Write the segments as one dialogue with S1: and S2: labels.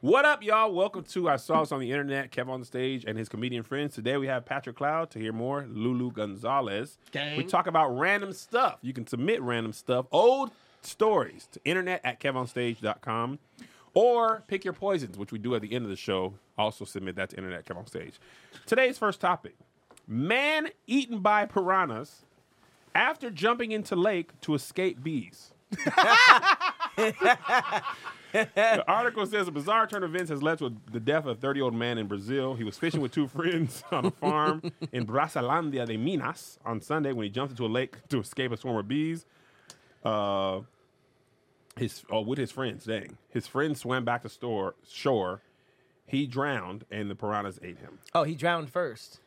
S1: What up, y'all? Welcome to I Saw This on the Internet, Kev on the Stage, and his comedian friends. Today we have Patrick Cloud to hear more, Lulu Gonzalez.
S2: Gang.
S1: We talk about random stuff. You can submit random stuff, old stories to internet at kevonstage.com or pick your poisons, which we do at the end of the show. Also submit that to internet at Kev on Stage. Today's first topic man eaten by piranhas after jumping into lake to escape bees. The article says a bizarre turn of events has led to the death of a 30 year old man in Brazil. He was fishing with two friends on a farm in Brasalandia de Minas on Sunday when he jumped into a lake to escape a swarm of bees. Uh, his oh, with his friends, dang. His friends swam back to store, shore. He drowned and the piranhas ate him.
S3: Oh, he drowned first.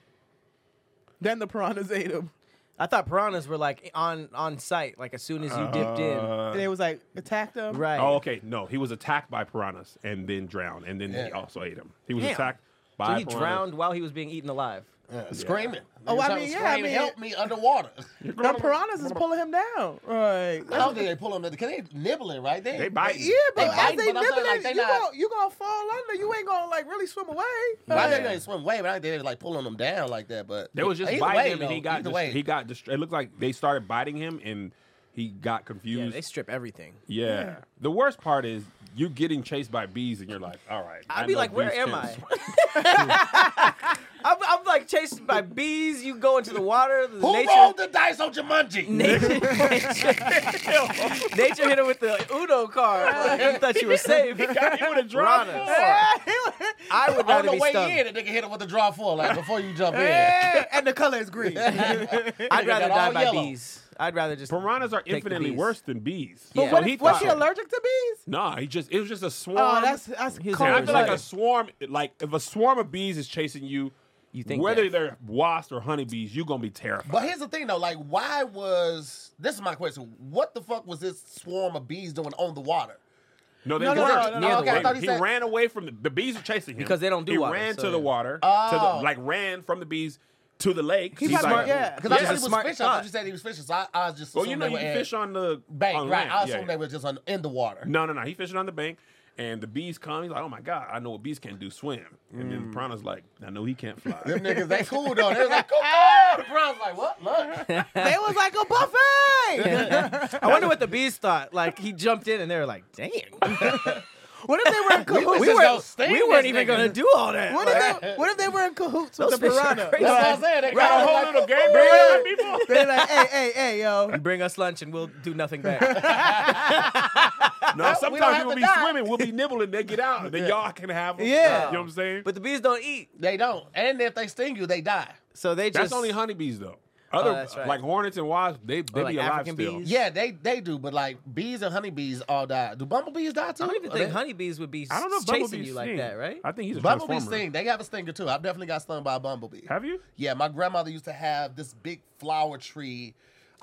S2: Then the piranhas ate him.
S3: I thought piranhas were like on on site, like as soon as you dipped
S4: Uh,
S3: in.
S2: And it was like attacked them.
S3: Right.
S1: Uh, Oh, okay. No, he was attacked by piranhas and then drowned, and then he also ate him. He was
S3: Damn.
S1: attacked by
S3: So he
S1: piranhas.
S3: drowned while he was being eaten alive.
S4: Screaming.
S2: Oh, I
S4: Something
S2: mean, yeah, I
S4: screaming,
S2: mean-
S4: help me underwater.
S2: The piranhas is pulling him down. Right.
S4: How did they pull him? Because they nibbling, right? there.
S1: They bite.
S2: Yeah, but
S4: Uh, They
S2: as
S4: bite,
S2: they
S4: but I'm saying,
S2: nibbling,
S4: like, they
S2: you,
S4: not-
S2: gonna, you gonna fall under. You ain't gonna like really swim away.
S4: Why
S2: Like,
S4: they didn't swim away? But I think they was like pulling them down like that. But
S1: They was just
S4: Either
S1: biting
S4: way,
S1: him, and he
S4: though,
S1: got
S4: either
S1: dis-
S4: way.
S1: he got distracted. It looked like they started biting him, and he got
S3: Yeah,
S1: confused. Yeah,
S3: they strip everything.
S1: the worst part is you getting chased by bees, and you're like, "All right."
S3: I'd
S1: I
S3: be
S1: know
S3: like, where
S1: bees
S3: am
S1: can
S3: I?
S1: swim.
S3: I'm, I'm like chased by bees. You go into the water. The
S4: Who
S3: nature,
S4: rolled the dice on Jumanji?
S3: nature, nature hit him with the Uno card. you thought you were safe.
S1: God, he would have drowned.
S3: Piranhas.
S1: more.
S3: I
S4: on
S3: would rather
S4: the
S3: be
S4: way
S3: stung.
S4: in, the nigga hit him with the draw four, like before you jump in.
S2: eh, and the color is green.
S3: I'd
S4: got
S3: rather die
S4: all
S3: by
S4: yellow.
S3: bees. I'd rather just
S1: Piranhas are
S3: take the
S1: infinitely
S3: bees.
S1: worse than bees.
S3: But
S1: So
S3: what-
S1: he
S2: Was
S1: thought,
S2: he allergic to bees?
S1: Nah, he just it was just a swarm.
S2: Oh, that's that's
S3: He was
S1: And I feel like
S3: Okay.
S1: a swarm, like if a swarm of bees is chasing you,
S3: You think
S1: whether
S3: that-
S1: they're wasps or honeybees, you're gonna be terrified.
S4: But here's the thing though, like why was this is my question. What the fuck was this swarm of bees doing on the water?
S1: No, they
S2: No, no,
S1: weren't.
S2: no, no, no,
S3: Near the okay, I
S1: They-
S4: thought he
S1: he
S4: said-
S1: ran away from the, the bees were chasing him
S3: Because they don't do
S1: He
S3: water,
S1: ran
S3: so
S1: to the
S3: yeah.
S1: water, to
S4: Oh.
S1: the, like ran from the bees to the lake. He's
S2: probably-
S1: like,
S2: yeah.
S4: Because
S3: Yeah,
S4: I thought
S3: it's a
S4: he was
S3: smart
S4: fishing. I
S3: thought.
S4: thought you said he was fishing, so I, I was just
S1: Well, you know,
S4: assuming
S1: you
S4: they were at
S1: fish on the
S4: bank,
S1: on
S4: right?
S1: land.
S4: I
S1: Yeah,
S4: assumed
S1: yeah.
S4: they were just on, in the water.
S1: No, no, no. He fishing on the bank, and the bees come. He's like, "Oh my god, I know what bees can do. Swim." And
S3: Mm.
S1: then the piranha's like, "I know he can't fly."
S4: Them niggas, they cool though. They was like, cool. cool. The crowd's like, what? Look.
S2: They was like a buffet.
S3: I wonder what the bees thought. Like he jumped in and they were like, "Dang,
S2: what if they were in
S4: was
S2: cahoots?
S4: just
S2: were,
S4: gonna sting
S3: we
S4: this
S3: weren't even
S4: nigga.
S3: gonna do all that."
S2: what, if they, what if they were in cahoots with
S3: Those
S2: the
S3: fish are
S2: piranha?
S3: crazy.
S4: That's what I'm saying. They
S1: Got a
S4: kinda
S1: whole
S4: like,
S1: little game going on, people.
S2: They like, hey, hey, hey, yo.
S3: Bring us lunch and we'll do nothing back.
S1: No,
S4: we don't
S1: sometimes
S4: have
S1: people
S4: to
S1: be
S4: die.
S1: swimming, we'll be nibbling, they get out, and then y'all can have them.
S2: Yeah.
S1: you know what I'm saying.
S3: but the bees don't eat,
S4: They don't. And if they sting you, they die.
S3: so they
S1: that's
S3: just
S1: only honeybees though. Other
S3: Oh, that's right.
S1: like hornets and wasps, they they
S3: like
S1: be alive
S3: African
S1: still.
S3: bees?
S4: Yeah, they they do, but like bees and honeybees all die. Do bumblebees die too?
S3: I don't even
S4: Or
S3: think
S4: they-
S3: honeybees would be
S1: I don't know if
S3: chasing
S1: bumblebees
S3: you like
S1: sting.
S3: that, right?
S1: I think he's a
S4: Bumblebees
S1: transformer.
S4: sting. They have a stinger too. I've definitely got stung by a bumblebee.
S1: Have you?
S4: Yeah, my grandmother used to have this big flower tree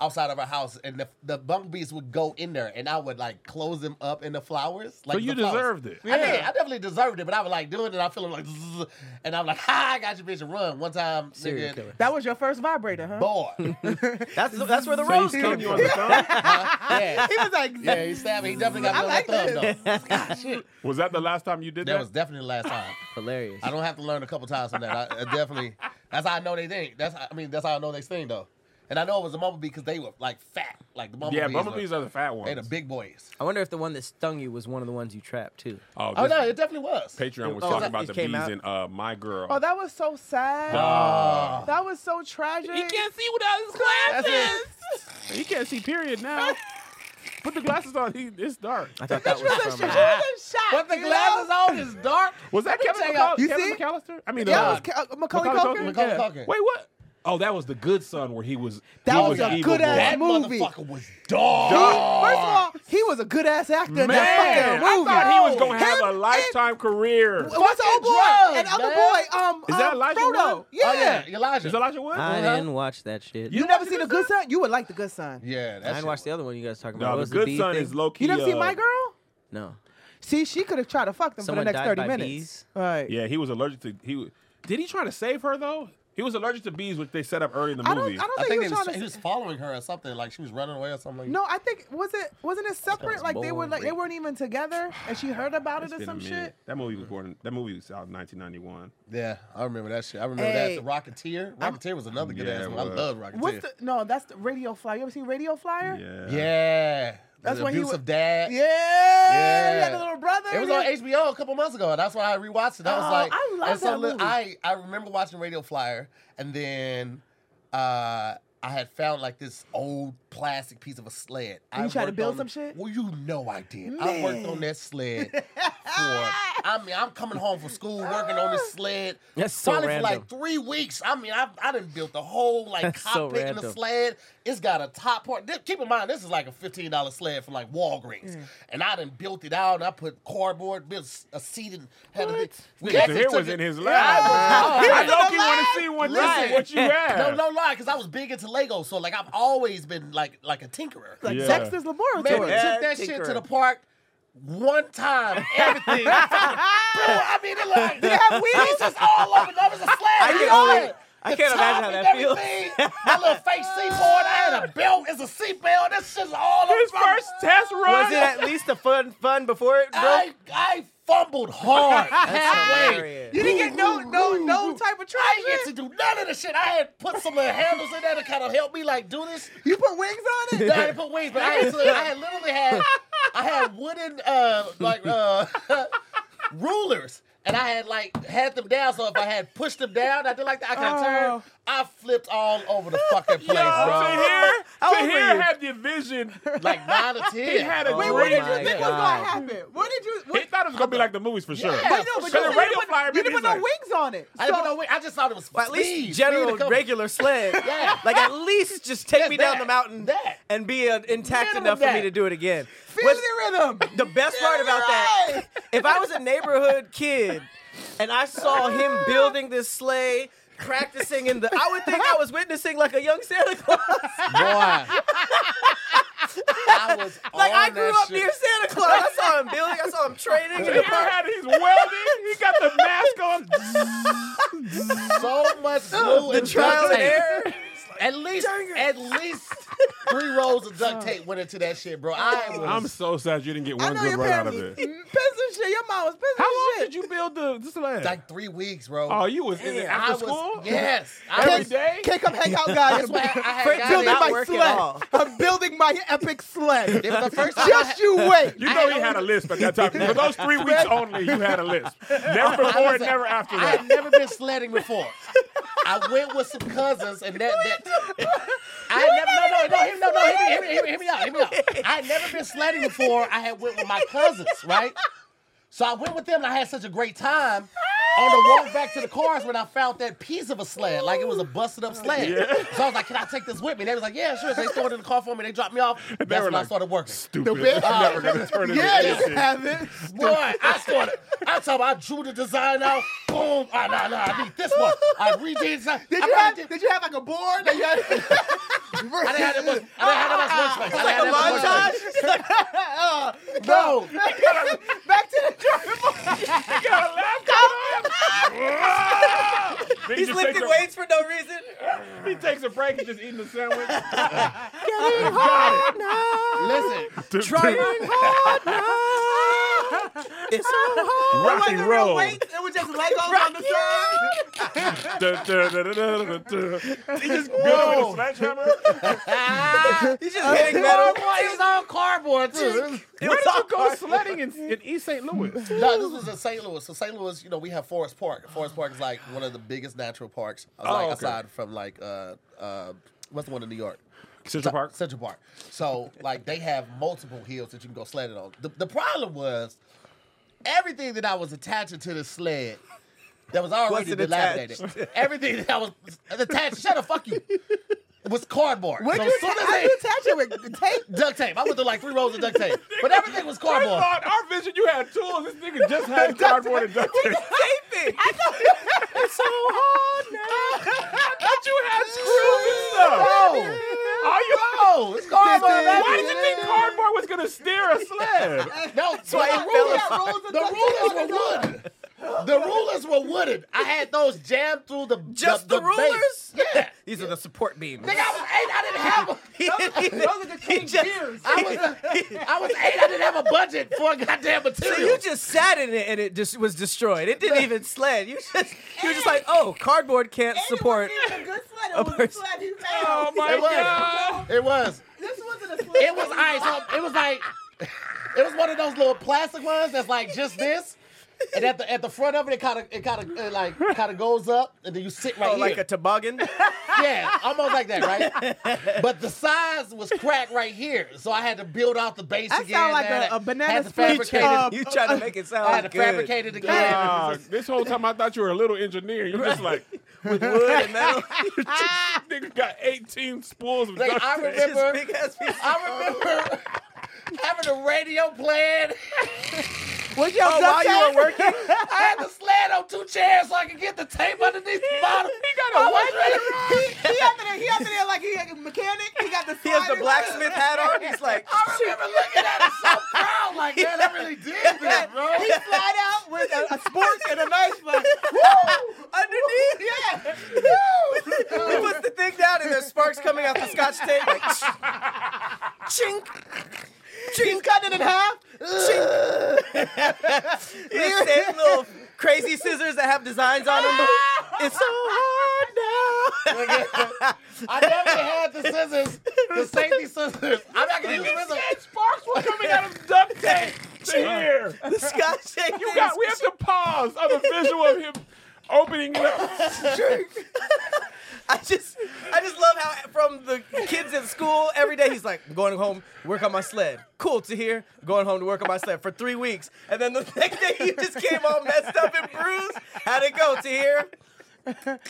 S4: outside of her house, and the, the bumblebees would go in there, and I would like close them up in the flowers. Like
S1: So you
S4: the flowers.
S1: deserved it.
S4: I did.
S2: Yeah.
S4: I definitely deserved it, but I was like doing it, and I feel like, zzz, and I'm like, ha, I got you, bitch, and run. One time,
S3: Serial
S4: nigga,
S3: killer.
S2: That was your first vibrator, huh?
S4: boy.
S3: That's that's where the
S1: So he
S3: rose
S1: stung
S3: comes
S1: you
S3: from.
S1: on the thumb?
S4: yeah.
S2: He was like,
S4: Yeah, he stabbed me. He definitely got me on
S2: I
S4: my
S2: like
S4: thumb, though. God, shit.
S1: Was that the last time you did that?
S4: That was definitely the last time.
S3: Hilarious.
S4: I don't have to learn a couple times from that. I, I definitely. That's how I know they think. That's how- I mean. That's how I know they sting though. And I know it was a bumblebee because they were like fat, like the bumblebees.
S1: yeah,
S4: were-
S1: bumblebees are the fat ones.
S4: They the big boys.
S3: I wonder if the one that stung you was one of the ones you trapped too.
S1: Oh,
S4: Oh
S1: this
S4: no, it definitely was.
S1: Patreon was
S3: Oh,
S1: talking
S3: that-
S1: about
S3: it
S1: the
S3: came
S1: bees
S3: out?
S1: and uh, my girl.
S2: Oh, that was so sad.
S4: Ah.
S2: That was so tragic.
S1: see without his he can't see. Period. Now, put the glasses on. He, it's dark.
S3: I thought that
S2: She
S3: was
S2: was
S3: from.
S2: a- she was
S3: uh,
S2: a shot.
S4: But the
S2: you know?
S4: glasses on is dark.
S1: Was that Kevin,
S4: check
S1: McCall-
S4: out-
S2: You
S1: Kevin
S2: see?
S1: McAllister? I mean,
S2: Yeah,
S1: uh,
S2: it was Ca- uh, Macaulay
S1: Macaulay
S2: Culkin.
S4: Macaulay
S2: Yeah.
S4: Culkin.
S1: wait, what? Oh, that was the good son where he was.
S2: That
S1: he
S2: was a
S1: an evil
S2: good-ass
S1: boy.
S4: That
S2: movie.
S4: motherfucker was dark.
S2: He- first of all, he was a good ass actor in that
S1: Man,
S2: fucking
S1: I
S2: movie.
S1: thought he was gonna have
S2: Him
S1: a
S2: and-
S1: lifetime career.
S2: What's the old boy?
S4: drugs,
S2: and other
S4: man.
S2: boy, um,
S1: Is that
S2: um,
S1: Elijah
S2: Frodo.
S1: Wood?
S2: Yeah.
S4: Oh yeah, Elijah.
S1: Is Elijah Wood?
S3: I
S4: Uh-huh.
S3: didn't watch that shit.
S2: You,
S1: You
S2: never
S1: watched
S2: seen
S1: The
S2: The
S1: Good
S2: Good Son? You would like The Good Son.
S4: Yeah,
S3: I
S4: that's
S3: didn't watch the other one you guys talking
S1: No,
S3: about. What
S1: the
S3: was
S1: good
S3: bee
S1: son
S3: thing?
S1: is low key.
S2: You never seen
S1: uh,
S2: My Girl?
S3: No.
S2: See, she could have tried to fuck them for
S3: Someone
S2: the next
S3: died
S2: thirty
S3: by
S2: minutes.
S3: bees?
S2: Right.
S1: Yeah, he was allergic to. He wa- did he try to save her though? He was allergic to bees, which they set up early in the
S2: I don't, I
S1: movie.
S2: don't
S4: I
S2: think,
S4: think
S2: he
S4: they
S2: was
S4: was,
S2: trying to.
S4: he was following her or something. Like she was running away or something. Like
S2: No, I think was it wasn't it separate? Like they were like they
S3: boring.
S2: weren't even together, and she heard about
S1: It's
S2: it or
S1: been a
S2: some
S1: minute.
S2: shit.
S1: That movie was born. That movie was out in 1991.
S4: Yeah, I remember that shit. I remember
S2: Hey.
S4: that. The Rocketeer. Rocketeer was another good
S1: Yeah,
S4: ass
S1: it
S4: one. I
S1: was.
S4: love Rocketeer.
S2: What's the no? That's the Radio Flyer. You ever seen Radio Flyer?
S1: Yeah.
S4: yeah.
S2: That's
S4: the
S2: when he
S4: abusive
S2: wa-
S4: dad.
S2: Yeah, yeah.
S4: Yeah.
S2: the little brother.
S4: It was on HBO a couple months ago. That's why I rewatched it. I was
S2: Oh,
S4: like,
S2: I love
S4: and so
S2: that
S4: li-
S2: movie.
S4: I I remember watching Radio Flyer, and then uh, I had found like this old plastic piece of a sled.
S2: And you
S4: I
S2: tried to
S4: worked
S2: build
S4: on-
S2: some shit?
S4: Well, you know I did. I worked on
S2: Man.
S4: that sled. For, I mean, I'm coming home from school working on
S2: Ah.
S4: this sled.
S3: That's so
S4: probably for
S3: random.
S4: like three weeks. I mean, I I didn't build the whole like
S3: That's so
S4: cockpit in the
S3: random.
S4: sled. It's got a top part. Th- Keep in mind, this is like a fifteen dollar sled from like Walgreens,
S3: Mm.
S4: and I done built it out. And I put cardboard, built s- a seat, and had a. We
S1: Nigga, so
S4: actually
S1: here
S4: took
S1: was
S4: it-
S1: in his
S4: Yeah,
S2: Oh,
S1: lab.
S4: I was-
S1: I
S4: I
S1: low key want to see what this
S4: Right.
S1: is, what you
S4: No,
S1: have.
S4: no lie, because I was big into Lego, so like I've always been like like a tinkerer.
S2: like
S1: Yeah.
S2: Dexter's
S4: Man, we
S2: Laboratory.
S3: Yeah,
S4: took that shit to
S3: tinkerer.
S4: the park one time. Everything. I mean, it like they
S2: have wheels?
S4: It's just all over. No, it's a slab.
S3: I
S4: You
S3: can
S4: know
S3: only-
S4: it.
S3: I
S4: The
S3: can't
S4: top
S3: imagine how
S4: and
S3: that feels.
S4: everything. My little fake seatboard. I had a belt. It's a seatbelt. This shit's all over.
S1: His
S4: the
S1: first test run.
S3: Was it at least a fun fun before it broke?
S4: I, I fumbled hard. halfway.
S3: hilarious.
S2: You didn't get no no no type of
S4: I didn't
S2: traction.
S4: get to do none of the shit. I had put some of the handles in there to kind of help me like do this.
S2: You put wings on
S4: No,
S2: it.
S4: I didn't put wings, but I, had, I had literally had I had wooden uh like uh rulers. And I had like had them down, so if I had pushed them down, I did like that. I could
S2: Oh.
S4: turn. I flipped all over the fucking place,
S1: Yo, to
S4: bro.
S1: hear,
S2: How
S1: to
S2: old were
S1: hear
S2: you?
S1: had the vision.
S4: Like nine or ten.
S1: He had a
S3: Oh
S2: Wait,
S1: dream.
S2: what did
S3: my
S2: you think was
S3: God.
S2: gonna happen? What did you? What,
S1: He thought it was gonna be like the movies for sure.
S2: Wait, no, but you
S1: Because the
S2: said you
S1: radio
S2: didn't put-
S1: flyer
S2: You
S1: made
S2: didn't
S1: me
S2: put no
S1: like-
S2: wings on it.
S4: I didn't put
S2: So-
S4: no wing. I just thought it was.
S3: Well, at least
S4: speed, speed
S3: general
S4: to come-
S3: regular sled.
S4: Yeah.
S3: Like at least just take
S4: Yeah,
S3: me
S4: that,
S3: down the mountain
S4: that.
S3: and be uh, intact
S4: Minimum
S3: enough for me
S4: that.
S3: to do it again.
S2: Feel
S3: What's-
S2: the rhythm.
S3: the best part about that, if I was a neighborhood kid and I saw him building this sleigh, practicing in the, I would think I was witnessing like a young Santa Claus.
S4: Boy, I was
S3: Like
S4: on
S3: I grew
S4: that
S3: up
S4: shit.
S3: near Santa Claus. I saw him building. I saw him training. In
S1: He
S3: the park.
S1: had his welding. He got the mask on.
S4: so much glue
S3: The
S4: and
S3: trial
S4: duct
S3: and
S4: tape.
S3: error.
S4: At least, at least three rolls of duct tape went into that shit, bro. I was
S1: I'm so sad you didn't get
S2: I
S1: one
S2: know
S1: good
S2: your
S1: run out
S2: parents
S1: of
S2: was
S1: it.
S2: pissed and shit. Your mom was pissed
S1: How
S2: and
S1: long
S2: shit.
S1: did you build the this lab?
S4: like three weeks, bro.
S1: oh, you was in
S4: And
S1: it
S4: I
S1: after
S4: was-
S1: school?
S4: Yes,
S1: Every
S4: was-
S1: day?
S2: Can't come hang out, guys.
S4: That's why I, I had
S3: Fred
S4: got
S2: building
S3: Not
S4: it.
S2: my
S3: work at all.
S2: sled. I'm building my epic sled.
S4: It was the first time.
S2: Just you wait.
S1: You
S4: I
S1: know
S4: had
S1: he had a
S4: only-
S1: lisp at that time. For those three weeks only, you had a lisp. Never
S4: I
S1: before
S4: was
S1: and
S4: a-
S1: never after
S4: I had
S1: that.
S4: never been sledding before. I went with some cousins, and that. that I had never no no no no no hear me, hear me, hear me, hear me out hear me out. I had never been sledding before. I had went with my cousins, right? So I went with them, and I had such a great time. On the walk back to the cars, when I found that piece of a sled, like it was a busted up sled, so I was like, "Can I take this with me?" They was like, "Yeah, sure." So they threw it in the car for me. They dropped me off. That's
S1: were
S4: when I
S1: like,
S4: started working.
S1: Stupid.
S2: bed-
S1: I'm never gonna turn it
S2: Yeah,
S1: into
S2: you
S1: anything.
S2: have it.
S4: Boy, I started. I told him I drew the design out. Boom. Ah, nah, nah, I need this one. I redid design.
S2: Did
S4: I
S2: you, have,
S4: probably
S2: did you have like a board? Like you had,
S4: I didn't have that
S1: Ah,
S4: much. I didn't have that much workspace. I didn't have that much
S3: Montage.
S4: workspace. No.
S2: back to the truck.
S1: You got a laptop? Then he
S3: He's
S1: just takes
S3: lifting
S1: a-
S3: weights for no reason.
S1: He takes a break and just eating a sandwich.
S4: Listen.
S1: Trying
S3: It's so hard.
S1: rock and roll.
S2: It was just Legos on the side.
S1: Dun, dun, dun, dun, dun, dun. He just built it with a
S4: Whoa.
S1: sledgehammer.
S3: He's just hitting metal.
S4: It's all cardboard too.
S1: Where did you go sledding in, in East St. Louis?
S4: No, this was in St. Louis. So St. Louis, you know, we have Forest Park. Forest Park is like one of the biggest natural parks, uh, like,
S1: Oh, okay.
S4: aside from like uh, uh, what's the one in New York?
S1: Central Park.
S4: Central Park. So like they have multiple hills that you can go sledding on. The, the problem was everything that I was attaching to the sled that was already
S3: Wasn't
S4: dilapidated. Everything that I was attached. Shut up, fuck you. Was cardboard.
S2: When
S4: so
S2: you,
S4: as soon as
S2: how
S4: they,
S2: you attach it with tape?
S4: duct tape, I went through like three rolls of duct tape, but everything was
S1: I
S4: cardboard.
S1: thought our vision, you had tools. This nigga just had cardboard and duct tape.
S3: Taping. It's so hard now.
S1: I thought you had screws and stuff.
S4: No,
S1: Are you?
S4: no, it's cardboard.
S1: Why did you think cardboard was gonna steer a sled?
S4: No, that's
S3: why
S4: the
S3: it fell
S4: rulers,
S2: apart.
S4: the rulers were wood. The rulers were wooden. I had those jammed through the
S3: Just the,
S4: base.
S3: rulers?
S4: Yeah.
S3: These are the support beams.
S4: Nigga, I was eight. I didn't have a.
S2: Those are the king
S3: just-
S2: beers.
S4: I was, I was eight. I didn't have a budget for a goddamn
S3: So
S4: material.
S3: you just sat in it and it just was destroyed. It didn't even sled. You just you were just like, oh, cardboard can't support.
S5: a good sweater.
S3: a
S5: It was a
S3: person.
S5: sweater you found.
S1: Oh my
S4: It was.
S3: uh,
S1: god!
S4: it was.
S5: This wasn't a sweater.
S4: It was ice. So it was like. It was one of those little plastic ones that's like just this. And at the at the front of it, it kind of it kind of like kind of goes up, and then you sit right
S3: Oh,
S4: here.
S3: like a toboggan.
S4: yeah, almost like that, right? but the size was cracked right here, so I had to build off the base
S2: That
S4: again.
S2: sound like
S4: man.
S2: a- a banana
S4: Had to
S2: split,
S4: fabricate
S2: uh, Oh,
S4: it.
S3: You try to make it sound
S4: I had to
S3: good.
S4: fabricate it again.
S1: Ah, this whole time I thought you were a little engineer. You just like
S3: with wood and metal.
S1: nigga got 18 spools of
S4: Like,
S1: duct
S4: I
S1: tape.
S4: remember,
S3: Big ass piece.
S4: I remember having a radio playing.
S2: What's your
S3: Oh, while
S2: duct
S3: you
S2: tape?
S3: were working,
S4: I had to sled on two chairs so I could get the tape underneath the bottom. He got a
S2: He up in there, he up in there like he a mechanic. He got the
S3: he has the
S2: sliders.
S3: blacksmith hat on. He's like,
S4: I remember looking at it so proud, like, man, I really did this, bro.
S2: He slide out with a, a sports and a knife. Like,
S3: underneath. Yeah. he puts the thing down and there's sparks coming out the scotch tape. Like, chink.
S2: he's cutting it in half.
S3: He has same little crazy scissors that have designs on them. It's so hard now.
S4: I definitely had the scissors, the safety scissors. I'm not gonna use scissors.
S1: Sparks were coming out of duct tape to here.
S3: The scotch tape.
S1: You got, we have to pause on the visual of him opening it up.
S3: I just, I just love how from the kids at school every day he's like, I'm going home, work on my sled. Cool to hear. Going home to work on my sled for three weeks, and then the next day he just came all messed up and bruised. How'd it go, to hear?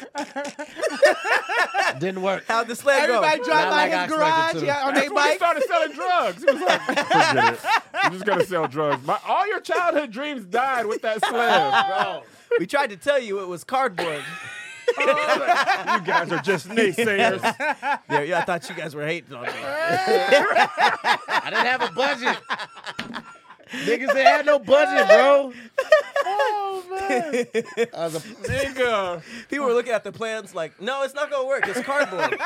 S4: Didn't work.
S3: How'd the sled go?
S2: Everybody drive
S4: Not
S2: by
S4: like I
S2: his
S4: expected
S2: garage
S4: to.
S2: yeah, on
S1: That's
S2: their
S1: when he
S2: bike.
S1: started selling drugs. He was like, forget it. I'm just gonna sell drugs. My, all your childhood dreams died with that slab.
S4: Bro,
S3: we tried to tell you it was cardboard.
S1: you guys are just naysayers.
S3: There, yeah, I thought you guys were hating on me.
S4: I didn't have a budget. Niggas they had no budget, bro. I was a-
S1: Nigga.
S3: People were looking at the plans like, no, it's not gonna work. It's cardboard.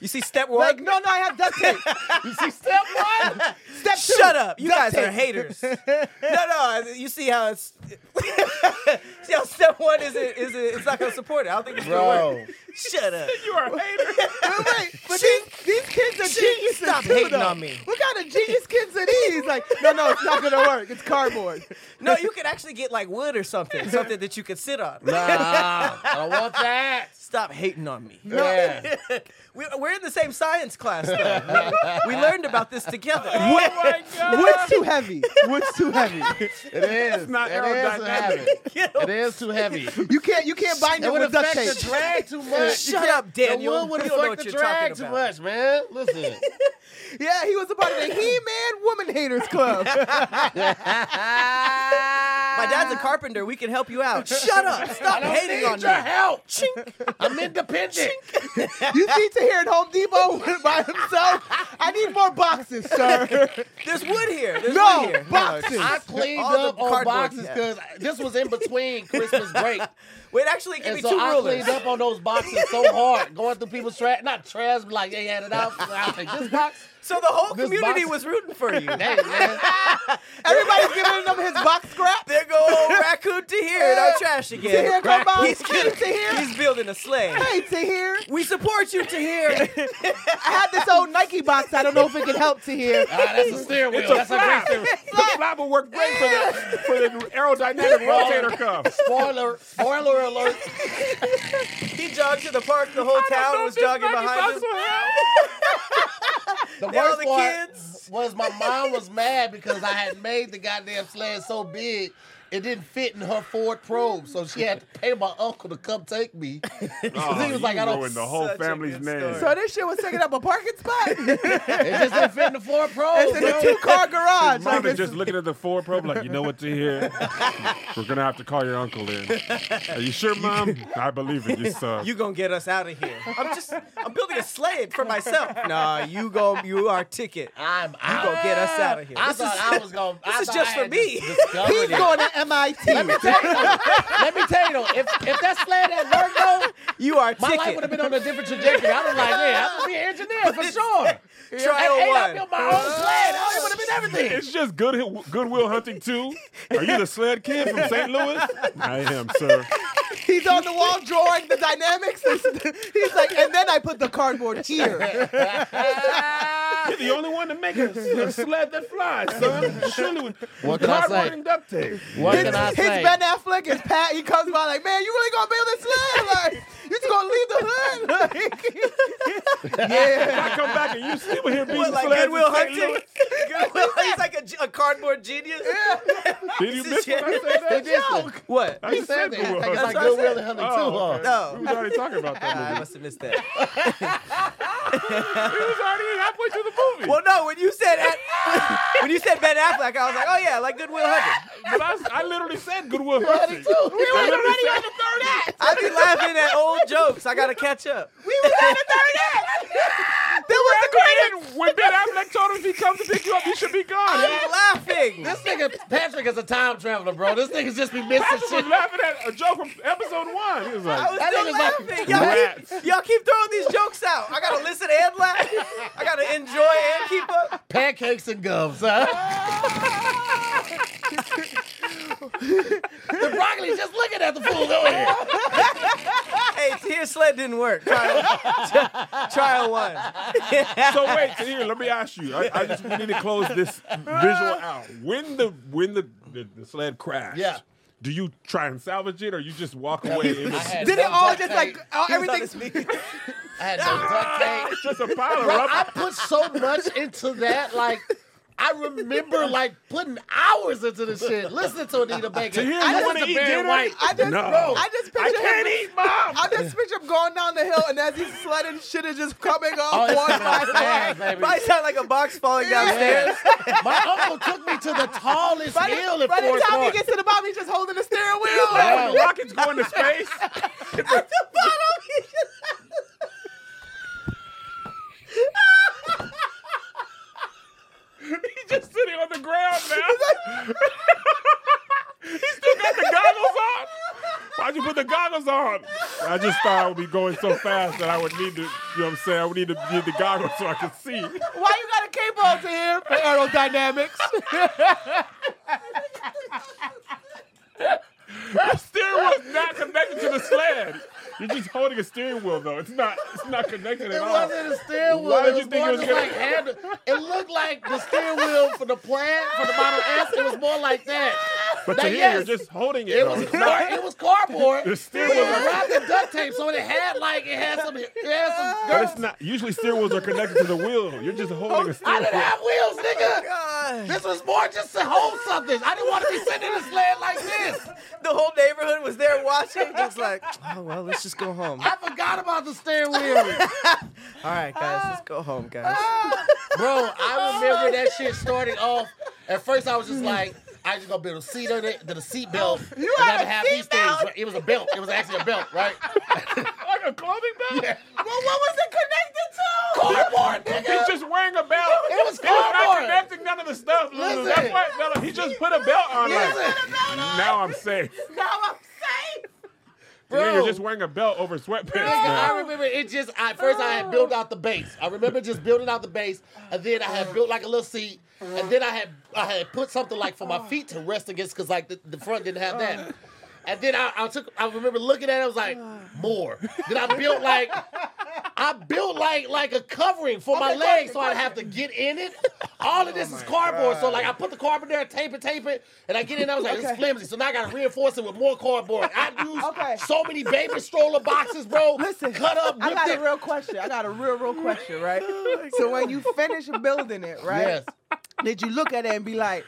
S3: You see, step one.
S2: Like, no, no, I have duct tape.
S4: step one.
S2: Step two.
S3: Shut up! You
S2: duct
S3: guys are
S2: tape.
S3: haters. No, no. You see how it's see how step one is it is it? It's not gonna support it. I don't think it's gonna work.
S4: Bro,
S3: Shut up!
S1: You are a hater.
S2: Wait, wait, but these, these kids are geniuses
S3: stop
S2: too,
S3: hating
S2: though.
S3: on me.
S2: What kind of genius kids are these? Like, no, no, it's not gonna work. It's cardboard.
S3: No, you could actually get like wood or something, something that you could sit on.
S4: nah, I don't want that.
S3: Stop hating on me.
S4: Yeah.
S3: We, we're in the same science class though. we learned about this together.
S1: Oh my god.
S2: Wood's too heavy. Wood's too heavy.
S4: It is. It's
S1: not
S4: it is too heavy. It is too heavy.
S2: You can't, you can't bind
S4: It
S2: it
S4: would
S2: with duct
S4: affect
S2: tape.
S4: the drag too much.
S3: Shut up, Daniel.
S4: The wood would
S3: You don't know
S4: affect
S3: what
S4: the
S3: you're talking
S4: drag too
S3: about.
S4: much, man. Listen.
S2: Yeah, he was a part of the He-Man Woman Haters Club.
S3: My dad's a carpenter. We can help you out. Shut up! Stop hating on
S4: your
S3: me.
S4: help. I'm independent.
S2: you see Tahir at Home Depot by himself. I need more boxes, sir.
S3: There's wood here. There's
S2: No,
S3: wood here.
S2: boxes.
S4: I cleaned
S3: All the
S4: up on
S3: cardboard,
S4: boxes
S3: yeah.
S4: because this was in between Christmas break.
S3: Wait, actually, give
S4: And
S3: me
S4: so
S3: two
S4: I
S3: rulers.
S4: cleaned up on those boxes so hard, going through people's trash, not trash, but like they had it out. I was like, this box,
S3: So the whole
S4: This
S3: community
S4: box-
S3: was rooting for you.
S4: hey man,
S2: Everybody's giving him his box scrap.
S3: there go old raccoon to here in our trash
S2: Tahir,
S3: again.
S2: come by.
S3: He's
S2: Hey, Tahir.
S3: He's building a sleigh.
S2: Hey, Tahir.
S3: We support you to here.
S2: I had this old Nike box. I don't know if it can help Tahir.
S4: ah, that's a steering wheel.
S1: It's a
S4: That's a great
S1: flap.
S4: steering wheel.
S1: The flap will work great for the for the aerodynamic rotator cuff.
S4: Spoiler, spoiler alert.
S3: he jogged to the park. The whole town was jogging behind him.
S4: The
S3: Now
S4: worst
S3: the
S4: part
S3: kids.
S4: was my mom was mad because I had made the goddamn sled so big. It didn't fit in her Ford Probe, so she had to pay my uncle to come take me.
S1: Oh,
S4: he was
S1: you
S4: like, I don't.
S1: ruined the whole
S3: Such a
S1: family's
S3: good
S1: name.
S3: story.
S2: So this shit was taking up a parking spot.
S4: It just didn't fit in the Ford Probe.
S2: It's in a
S4: bro.
S2: two-car garage.
S1: His
S2: Like
S1: mom is
S2: it's,
S1: just looking at the Ford probe like, you know what to hear? We're gonna have to call your uncle in. Are you sure, mom? I believe in you, son.
S3: You gonna get us out of here? I'm just. I'm building a slave for myself. Nah, you go. You are ticket.
S4: I'm
S3: You gonna get us out of here.
S4: I
S3: This
S4: thought
S3: is-
S4: I was gonna. I
S3: this is
S4: thought
S3: just
S4: I
S3: for
S4: had
S3: me.
S4: just discovered
S2: He's
S4: it.
S2: going to MIT.
S4: Let me tell you. though, let me tell you though. If if that sled had worked though,
S3: You are
S4: my life
S3: ticket.
S4: would have been on a different trajectory. I'd have like, yeah, I'm gonna be an engineer for sure.
S3: Try
S4: and, and I
S3: on
S4: built
S3: one.
S4: my own sled. I would have been everything.
S1: It's just good Goodwill Hunting too. Are you the sled kid from St. Louis? I am, sir.
S2: He's on the wall drawing the dynamics. He's like, and then I put the cardboard here.
S1: You're the only one to make a, a sled that flies, son. Surely with
S4: What can I
S1: cardboard
S4: say?
S1: and duct tape.
S4: What
S2: His,
S4: can I
S2: his
S4: say?
S2: Ben Affleck is Pat. He comes by like, man, you really gonna build a sled? Like, you just gonna leave the hood? Like, yeah.
S1: I come back and you still here beating
S3: What, like
S1: sleds
S3: Goodwill
S1: in St.
S3: Hunting?
S1: Louis?
S3: Goodwill, he's like a, ge- a cardboard genius.
S1: Did you
S3: This
S1: miss
S3: is
S1: what I
S3: your-
S1: said?
S4: They
S1: That?
S4: did.
S3: What?
S1: I
S4: He
S1: just said
S4: said that.
S1: Goodwill
S4: It's like
S1: Hunting.
S4: Goodwill and Hunting too.
S1: Oh,
S4: huh?
S1: okay.
S3: No.
S1: We was already talking about that
S3: I
S1: movie.
S3: must have missed that.
S1: We was already halfway through the movie.
S3: Well, no. When you said at, when you said Ben Affleck, I was like, oh yeah, like Goodwill Hunting.
S1: But I, I literally said Goodwill Hunting.
S4: too. We
S1: I literally said-
S3: I be laughing at old jokes. I gotta catch up.
S2: That was the greatest.
S1: And when Ben Affleck told him if he comes to pick you up, you should be gone.
S3: I'm laughing.
S4: This nigga Patrick is a time traveler, bro. This nigga's just be missing
S1: Patrick was
S4: shit.
S1: laughing at a joke from episode one. He was
S3: I
S1: like,
S3: was
S4: That
S3: still
S4: nigga's like,
S3: laughing. y'all, keep, y'all keep throwing these jokes out. I gotta listen and laugh. I gotta enjoy and keep up.
S4: Pancakes and gums, huh? the broccoli's just looking at the fool over here.
S3: Hey, tear sled didn't work. Trial, trial one.
S1: so wait, so here, let me ask you. I, I just we need to close this visual out. When the when the, the, the sled crashed,
S4: Yeah.
S1: do you try and salvage it or you just walk away? It
S4: I
S1: was
S4: had
S2: Did
S4: no
S2: it all
S4: duct
S2: just
S4: tape.
S2: like all, everything?
S3: Everything.
S4: I had no duct tape.
S1: it's just a pile of
S4: Bro,
S1: rubber.
S4: I put so much into that. Like, I remember like putting hours into this shit. Listen to Anita Baker.
S1: To hear
S4: I
S1: you
S4: listen
S1: wanna
S4: to
S1: eat
S4: Ben
S1: dinner?
S4: White.
S2: I just,
S1: No.
S2: I just picture
S1: I can't
S2: him.
S1: eat, mom.
S2: I just picture him going down the hill, and as he's sledding, shit is just coming
S4: Oh,
S2: off
S4: it's
S2: one
S4: coming
S2: by
S4: off
S2: one.
S4: fast, baby.
S3: Probably sound like a box falling downstairs.
S4: My uncle took me to the tallest
S2: By
S4: hill
S2: the,
S4: in
S2: by the
S4: Forest
S2: time he
S4: Park.
S2: gets to the bottom, he's just holding the steering wheel.
S1: When the rocket's going to space. He's just sitting on the ground now. he still got the goggles on. Why'd you put the goggles on? I just thought I would be going so fast that I would need to, you know what I'm saying? I would need to need the goggles so I could see.
S2: Why you got a cape on to him? Aerodynamics.
S1: The steering wheel's not connected to the sled. You're just holding a steering wheel though. It's not it's not connected
S4: It
S1: at all.
S4: wasn't a steering wheel.
S1: Why
S4: it
S1: did
S4: was
S1: you think
S4: more
S1: it was
S4: just
S1: gonna-
S4: like hand- It looked like the steering wheel for the plan for the Model S. It was more like that.
S1: But
S4: Now,
S1: to hear
S4: yes,
S1: you're just holding it.
S4: It
S1: though.
S4: was
S1: It's
S4: car-
S1: not-
S4: it was cardboard.
S1: The steering
S4: but it
S1: wheel
S4: was wrapped in duct tape, so it had like it had some it had some
S1: But
S4: girth
S1: it's not. Usually steering wheels are connected to the wheel. You're just holding a
S4: Oh, I
S1: steering
S4: didn't
S1: wheel.
S4: have wheels, nigga.
S3: God.
S4: This was more just to hold something. I didn't want to be sitting in a sled like this.
S3: The whole neighborhood was there watching, just like, oh well, let's just go home. All
S4: I forgot about the steering wheel.
S3: right, guys, let's go home, guys.
S4: Bro, I remember that shit started off. At first, I was just like, I just gonna build a seat on it, then a seat belt. You
S2: had a seat
S4: things. right? It was a belt. It was actually a belt, right?
S1: Like a clothing belt.
S4: well, what was it connected to? Cardboard,
S1: He's
S4: nigga.
S1: just wearing a belt.
S4: It was
S1: He's not
S4: cardboard.
S1: connecting none of the stuff. Lulu.
S4: Listen.
S1: That's why Bella, he just put a belt on. like,
S4: Listen,
S1: now I'm safe.
S2: Now I'm safe.
S1: Yeah,
S4: Bro.
S1: you're just wearing a belt over sweatpants.
S4: Nigga, I
S1: now.
S4: remember it just. I first I had built out the base. I remember just building out the base, and then I had built like a little seat, and then I had I had put something like for my feet to rest against, cause like the, the front didn't have that. And then I, I took. I remember looking at it. I was like, more. Then I built like. I built like like a covering for my legs, so I'd have to get in it. All of this is cardboard, so like I put the cardboard there, tape it, tape it, and I get in. I was like, this is
S2: Okay.
S4: flimsy, so now I gotta reinforce it with more cardboard. I used
S2: Okay.
S4: so many baby stroller boxes, bro.
S2: Listen,
S4: cut up,
S2: I
S4: whipped
S2: got
S4: it.
S2: a real question. I got a real, real question, right? so when you finish building it, right?
S4: Yes.
S2: Did you look at it and be like,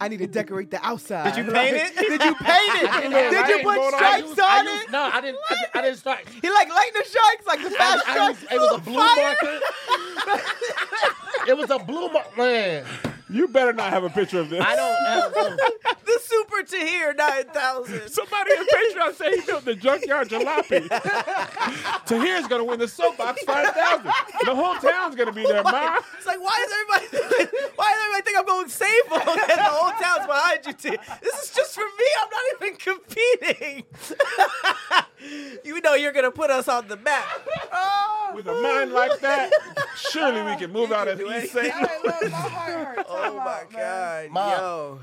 S2: I need to decorate the outside?
S3: Did you paint it?
S2: Did you paint
S4: I
S2: it?
S4: didn't
S2: Did
S4: know,
S2: you
S4: right?
S2: put
S1: Hold on.
S4: I
S2: stripes
S4: used- I
S2: on
S4: used-
S2: it?
S4: No, I didn't. I, didn't- I didn't strike.
S2: He like lightning strikes, like the
S4: I,
S2: fast
S4: I
S2: strikes.
S4: used, it was a blue
S2: fire.
S4: marker. It was a blue marker. Man,
S1: You better not have a picture of this.
S4: I don't. Uh,
S3: The Super Tahir 9000.
S1: Somebody in Patreon said he built the junkyard jalopy. Tahir's gonna win the soapbox five thousand. The whole town's gonna be there, ma.
S3: It's like, why is everybody why does everybody think I'm going save all that the whole town's behind you? T? This is just for me. I'm not even competing. you know you're gonna put us on the map.
S2: Oh,
S1: With a mind like that, surely we can move out of East St.
S2: All right, look, my heart hurts.
S3: Oh
S2: Time
S3: my
S2: out, man.
S3: god.
S4: Mom.
S3: Yo.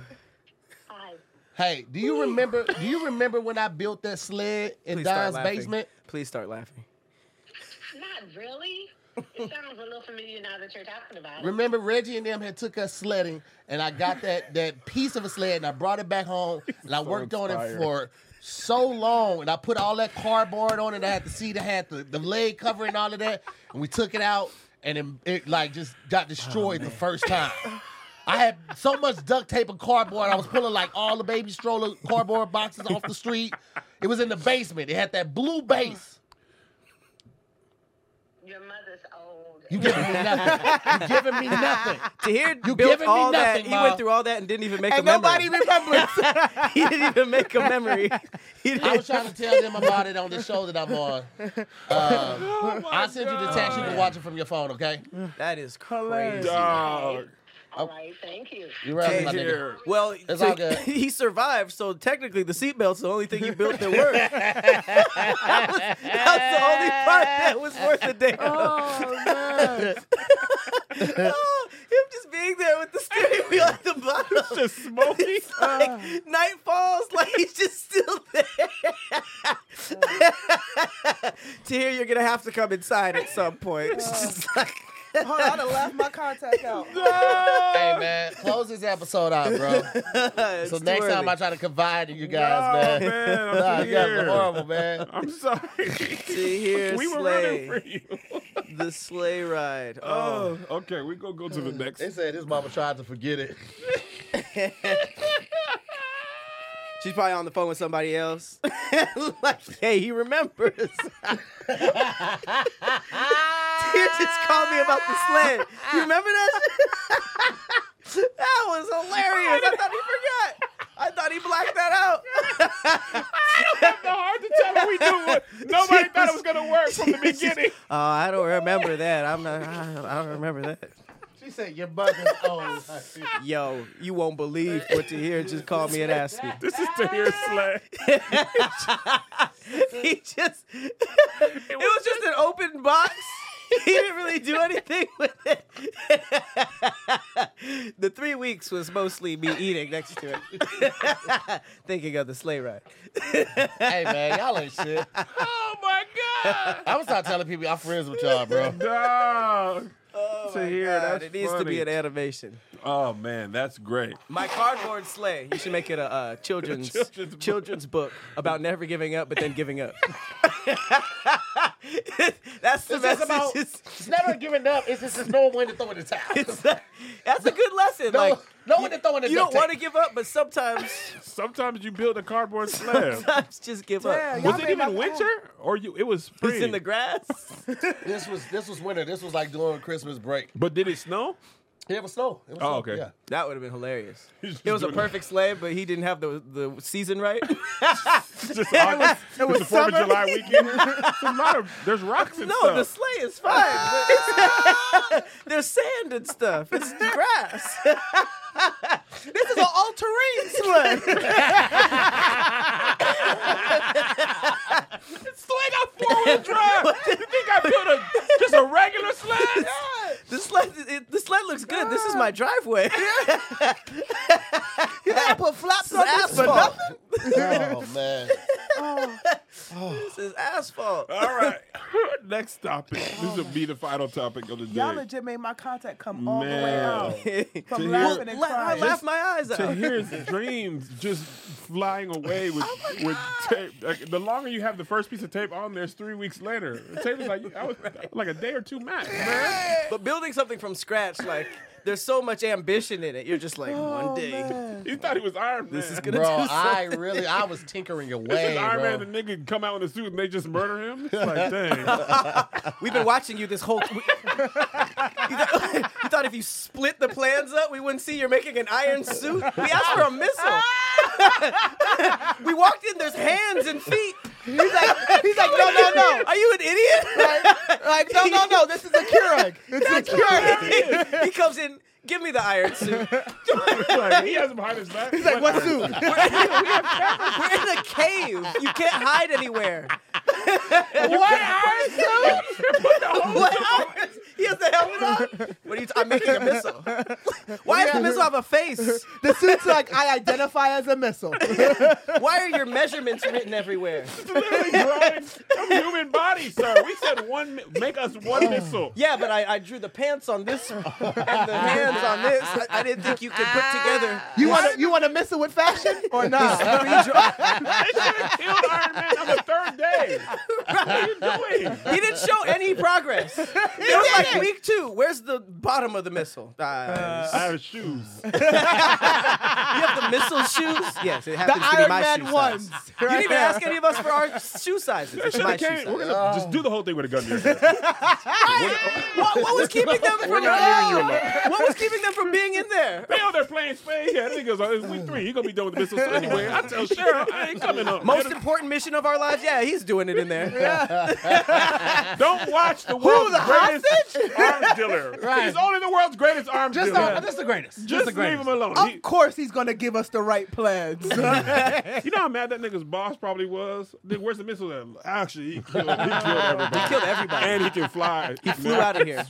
S5: Oh,
S4: hey, do you remember? Do you remember when I built that sled in
S3: Please start
S4: Don's
S3: laughing.
S4: basement?
S3: Please start laughing.
S5: Not really. It sounds a little familiar now that you're talking about it.
S4: Remember Reggie and them had took us sledding, and I got that that piece of a sled, and I brought it back home, and I worked on it
S1: inspired.
S4: for so long, and I put all that cardboard on, it, and I had the seat, I had the, the leg cover, and all of that, and we took it out, and it, it like just got destroyed the first time. I had so much duct tape and cardboard. I was pulling like all the baby stroller cardboard boxes off the street. It was in the basement. It had that blue base.
S5: Your mother's old.
S4: You giving me nothing. You giving me nothing.
S3: To hear
S4: You
S3: built
S4: giving me
S3: all that,
S4: nothing,
S3: he
S4: Mom.
S3: went through all that and didn't even make
S2: And
S3: a memory.
S2: nobody remembers.
S3: he didn't even make a memory. He didn't.
S4: I was trying to tell them about it on the show that I'm on.
S3: Oh
S4: Uh, I'll send you the text. You can watch it from your phone, okay?
S3: that is
S2: Hilarious.
S3: crazy.
S1: Dog.
S5: All right, thank you.
S4: You ready, my
S3: Hey,
S4: nigga?
S3: Well,
S4: It's
S3: so
S4: all good.
S3: he survived, so technically the seatbelt's the only thing you built that worked. that, was, that was the only part that was worth a damn.
S2: Oh man.
S3: Oh, him just being there with the steering wheel at the bottom.
S1: Just smoky.
S3: It's like night falls, like he's just still there. to hear you're gonna have to come inside at some point.
S1: Oh.
S3: It's just like,
S2: Hold on, I done left my contact out.
S4: Hey, man, close this episode out, bro.
S3: uh, it's
S4: So
S3: too
S4: next time
S3: early.
S4: I try to confide in you guys,
S1: No,
S4: man.
S1: man, I'm
S4: Nah, you guys are
S1: here.
S4: horrible, man.
S1: I'm sorry.
S3: to hear
S1: we were
S3: sleigh,
S1: running for you.
S3: the sleigh ride. Oh,
S1: Oh, okay. We go go to the next.
S4: They said his mama tried to forget it.
S3: she's probably on the phone with somebody else. like, hey, he remembers. Tear just called me about the sled. You remember that? shit? that was hilarious. I thought he forgot. I thought he blacked that out.
S1: so hard to tell what we do. Nobody thought it was gonna work from the beginning.
S3: Oh, I don't remember that. I'm not. I don't, I don't remember that.
S4: She said your mother's old.
S3: Yo, you won't believe what you hear. Just called me and asked me.
S1: This is to hear slay.
S3: he just it, was just an open box he didn't really do anything with it the three weeks was mostly me eating next to it thinking of the sleigh ride
S4: Hey, man, y'all ain't shit.
S1: Oh my god.
S4: I'm gonna start telling people I'm friends with y'all, bro.
S1: Dog.
S3: oh
S1: To my hear, God, that's
S3: it needs to
S1: funny.
S3: be an animation
S1: Oh man, that's great.
S3: my cardboard sleigh you should make it a, uh children's
S1: Children's book.
S3: children's book about never giving up but then giving up that's the
S4: It's just
S3: message
S4: about it's never giving up. It's just it's knowing when to throw in the towel.
S3: It's- that's a good lesson
S4: No,
S3: like
S4: no one to throw in the
S3: you
S4: duct
S3: don't want to
S4: tape.
S3: give up, but sometimes,
S1: Sometimes you build a cardboard slab.
S3: sometimes just give
S2: Damn,
S3: up.
S2: y'all
S1: Was it
S2: made my
S1: even winter or you? It was spring.
S3: It's in the grass.
S4: This was this was winter. This was like during Christmas break.
S1: but did it snow?
S4: Yeah, it was snow. It
S1: Oh,
S4: was snow.
S1: okay.
S4: Yeah.
S3: that would have been hilarious.
S1: He's
S3: It was a
S1: doing it.
S3: perfect sled, but he didn't have the the season right.
S1: Just August. It was, the Fourth of
S2: summer.
S1: July weekend. It's a lot of there's rocks and
S3: no, the
S1: stuff.
S3: sleigh is fine. but it's- there's sand and stuff. It's grass.
S2: This is an all terrain sled.
S1: sled got four wheel drive. you think I built a just a regular sled?
S3: The sled, it, the sled looks good. This is my driveway.
S2: You gotta put flaps on
S3: This
S2: this
S3: is
S2: for
S3: asphalt.
S2: nothing.
S4: Oh man.
S3: This is asphalt.
S1: All right. Next topic. This will be the final topic of the
S2: Y'all
S1: day.
S2: legit made my contact come all the way
S1: Man.
S2: out
S3: Let-
S2: from
S1: To
S2: laughing
S1: hear-
S2: and
S3: I
S2: crying.
S3: laugh my eyes out.
S1: to hear his dreams just flying away with
S2: Oh
S1: with tape. Like, the longer you have the first piece of tape on, there's three weeks later. The tape is like I was like a day or two max, man.
S3: But building something from scratch, like there's so much ambition in it. You're just like one day.
S1: He thought he was Iron Man. This is
S3: gonna-
S4: bro,
S3: do
S4: I really, I was tinkering
S1: This
S4: away,
S1: is Iron
S4: bro.
S1: Man. The nigga come out in a suit and they just murder him. It's like, dang.
S3: We've been watching you this whole. We, you, thought, you thought if you split the plans up, we wouldn't see you're making an iron suit. We asked for a missile. we walked in. There's hands and feet.
S2: He's like, he's like, no, no, no.
S3: Are you an idiot?
S2: Like, like, no, no, no. This is a Keurig. It's a Keurig.
S3: he comes in. Give me the iron suit.
S1: like, he has him behind his back. He's
S2: Like, what suit?
S3: We're in a cave. You can't hide anywhere.
S2: What iron suit? Oh,
S3: What? He has the helmet on. What are you? T- I'm making a missile. Why does the missile have a face?
S2: The suit's like, I identify as a missile.
S3: Why are your measurements written everywhere?
S1: literally drawing a human body, sir. We said one, mi- make us one missile.
S3: Yeah, but I, I drew the pants on this and the hands on this. I, I didn't think you could put together.
S2: You want to you want to missile with fashion or not?
S1: They should have killed Iron Man on the third day. What are you doing?
S3: He didn't show any progress. It was like week two. Where's the bottom of the missile? Uh,
S1: I have shoes.
S3: you have the missile shoes? Yes, it
S2: The
S3: happens to be
S2: Iron
S3: my shoe
S2: Man ones.
S3: size. You didn't even ask any of us for our shoe sizes. It's my
S1: Should've
S3: shoe
S1: came-
S3: size.
S1: We're gonna just do the whole thing with a gun. to your head.
S3: What, what was keeping them from? uh,
S1: not leaving you
S3: What was keeping them from being in there?
S1: Hell, they're playing spades. Yeah, that nigga's on it's week three. He gonna be done with the missiles anyway. I tell Cheryl, I ain't coming up.
S3: Most
S1: man.
S3: important mission of our lives. Yeah, he's doing it in there.
S1: Don't watch the world's
S2: the
S1: greatest arms dealer.
S4: Right.
S1: He's only the world's greatest arms
S4: Just,
S1: dealer.
S4: the, just the greatest. Just,
S1: Just
S4: the
S1: leave
S4: greatest.
S1: him alone. He-
S2: Of course, he's gonna give us the right plans.
S1: you know how mad that nigga's boss probably was. Nigga, where's the missile? At? Actually, he killed, he killed everybody.
S3: He killed everybody.
S1: and he can fly. He
S3: flew outta here.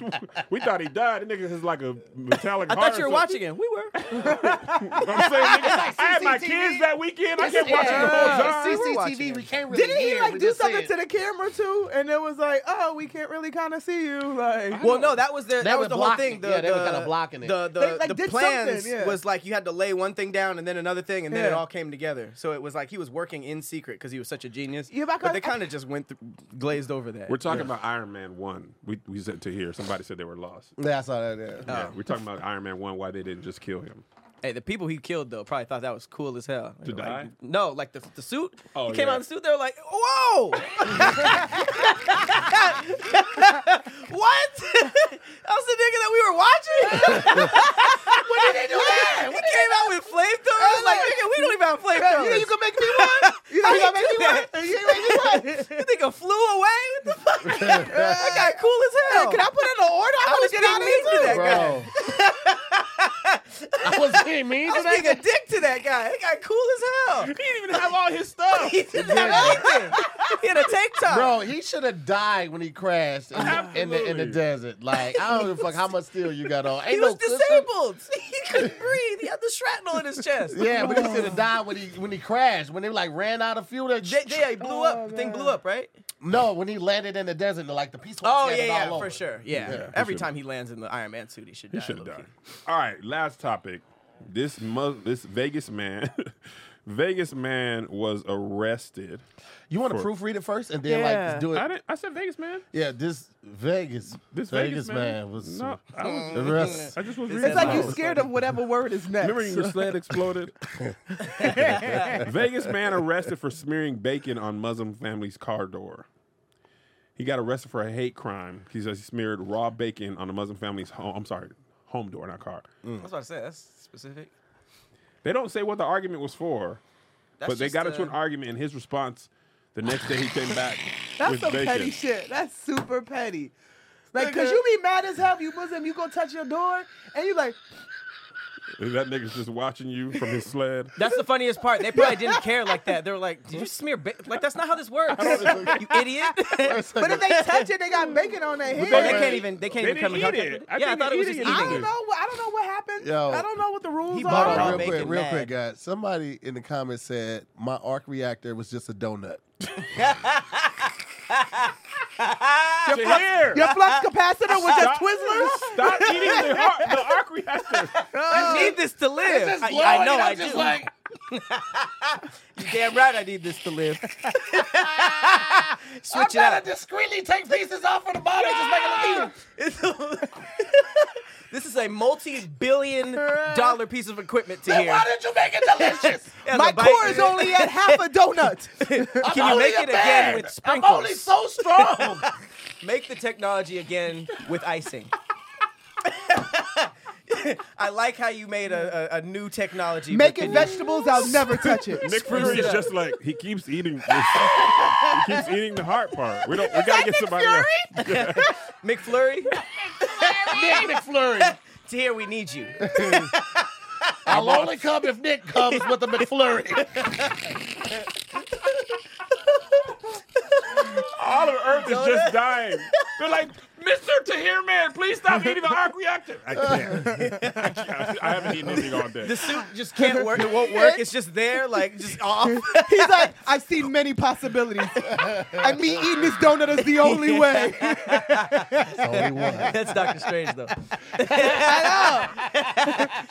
S1: We thought he died. That nigga is like a metallic.
S3: I
S1: heart
S3: thought you
S1: or
S3: were watching him. We were.
S1: something. I'm saying, nigga,
S4: like
S1: I had my
S4: CCTV.
S1: kids that weekend. I kept
S4: Yeah.
S1: watching the whole time.
S3: See, we're watching
S4: CCTV,
S3: it.
S4: we can't really
S2: Didn't he
S4: hear.
S2: like
S4: we
S2: do
S4: just
S2: something
S4: see
S2: to
S4: it.
S2: the camera too? And it was like, oh, we can't really kind of see you. Like,
S3: Well, no, that was their, that
S4: They
S3: was
S4: were
S3: the whole
S4: blocking-
S3: thing. The,
S4: yeah, they
S3: the,
S4: were kinda blocking it.
S3: The, the,
S2: They, like,
S3: the
S2: did
S3: plans
S2: something, yeah.
S3: was like you had to lay one thing down and then another thing, and then it
S2: Yeah.
S3: all came together. So it was like he was working in secret because he was such a genius.
S2: Yeah, but I
S3: but they
S2: kinda-
S3: kind of just went through, glazed over that.
S1: We're talking about Iron Man One. We we said to here. Somebody said they were lost.
S4: Yeah, I saw that. Yeah.
S1: Yeah, we're talking about Iron Man One. Why they didn't just kill him?
S3: hey, the people he killed though probably thought that was cool as hell.
S1: To
S3: Like,
S1: die?
S3: No, like the, the suit.
S1: Oh,
S3: he came
S1: yeah.
S3: out in the suit. They were like, whoa, what? that was the nigga that we were watching.
S2: what did they do that?
S3: He came out with flamethrowers. I was like, nigga, we don't even have flamethrowers.
S2: You think you can make me one? You think you
S3: How you
S2: gonna make me one? You ain't make me one?
S3: You think I flew away? What the fuck? that guy cool as hell.
S2: Can I put in an order? I,
S3: was
S2: want to get
S3: being
S2: out of
S3: mean to
S2: here.
S3: that
S2: too.
S3: guy.
S4: Bro. I was being mean
S3: I
S4: to
S3: was
S4: that
S3: being a
S4: guy.
S3: dick to that guy. That guy cool as hell.
S1: He didn't even have all his stuff.
S3: He didn't have anything. He had a tank top.
S4: Bro, he should have died when he crashed in the, in the in the
S1: Absolutely.
S4: desert. Like, I don't give a fuck how much steel you got on. Ain't
S3: he was
S4: no cushion.
S3: disabled. He couldn't breathe. He had the shrapnel in his chest.
S4: Yeah, but he should have died when he when he crashed. When they like ran out of fuel. They,
S3: J- yeah, he blew up. The thing blew up, right?
S4: no, when he landed in the desert, like the peaceful.
S3: Oh, yeah, yeah, for sure. Yeah.
S1: Yeah,
S3: Every
S1: he
S3: time he lands in the Iron Man suit, he should
S1: He
S3: die.
S1: should have
S3: low-key.
S1: died. All right, last topic. This mu- this Vegas man, Vegas man was arrested.
S4: You want to
S1: For-
S4: proofread it first and then
S3: Yeah.
S4: like do it.
S1: I didn't. I said Vegas man.
S4: Yeah, this Vegas,
S1: This
S4: Vegas, man, was
S1: No, I, was,
S4: the rest.
S1: I just was.
S2: It's like you scared of whatever word is next.
S1: Remember when your sled exploded? Vegas man arrested for smearing bacon on Muslim family's car door. He got arrested for a hate crime. He says he smeared raw bacon on a Muslim family's home. I'm sorry, home door, not car.
S2: Mm.
S3: I was about to say, that's specific.
S1: They don't say what the argument was for,
S3: That's
S1: but they
S3: just,
S1: got into
S3: uh,
S1: an argument. And his response, the next day he came back
S2: That's
S1: with
S2: some
S1: bacon.
S2: petty shit. That's super petty. Like,
S3: Nigga.
S2: cause you be mad as hell, you Muslim, you go touch your door, and you like,
S1: And that nigga's just watching you from his sled.
S3: That's the funniest part. They probably didn't care like that. They were like, "Did you smear ba- like that's not how this works, you idiot." but
S2: but if they touch it, they got bacon on their head.
S3: they can't even. They can't
S1: They
S3: even come in
S1: didn't eat
S3: contact
S1: it.
S3: with it.
S1: I
S3: yeah, I
S1: think
S3: thought
S1: they
S3: it was
S1: eat
S3: just
S1: it.
S3: eating
S2: I
S3: it.
S2: don't know. what- I don't know what happened.
S4: Yo.
S2: I don't know what the rules
S3: bought
S2: are.
S4: Hold
S3: Raw
S4: on, real quick,
S3: bacon
S4: real
S3: mad.
S4: quick, guys. Somebody in the comments said my arc reactor was just a donut.
S1: To here.
S2: Your flux capacitor was just Twizzlers.
S1: Stop eating the, ar- the arc reactor.
S3: I need this to live. I, I know. I do. You're damn right. I need this to live. Switch it out.
S4: discreetly take pieces off of the bottom and just make it
S3: It's- This is a multi-billion dollar piece of equipment to
S4: Then
S3: hear.
S4: why did you make it delicious?
S3: As
S2: My
S3: a bite-
S2: core is only at half a donut.
S4: I'm
S3: Can you
S4: only
S3: make
S4: a
S3: it
S4: man.
S3: again with
S4: I'm only
S3: sprinkles?
S4: so strong.
S3: Make the technology again with icing. I like how you made a, a, a new technology. but
S2: Making
S3: can
S2: vegetables, I'll never touch it.
S1: Nick Fury
S3: it
S1: is
S3: up.
S1: just like he keeps eating. This, he keeps eating the hard part. We don't. We gotta get somebody. else.
S3: you- McFlurry,
S4: Nick McFlurry.
S3: to here we need you.
S4: I'll only come if Nick comes with a McFlurry.
S1: All of Earth is just dying. They're like, Mister Tahir Man, please stop eating the arc reactor. I can't. I, can't. I haven't eaten anything all day.
S3: The suit just can't work. It won't work. It's just there, like just off.
S2: He's like, I've seen many possibilities. and me eating this donut is the only way.
S3: That's Doctor Strange though.
S2: Can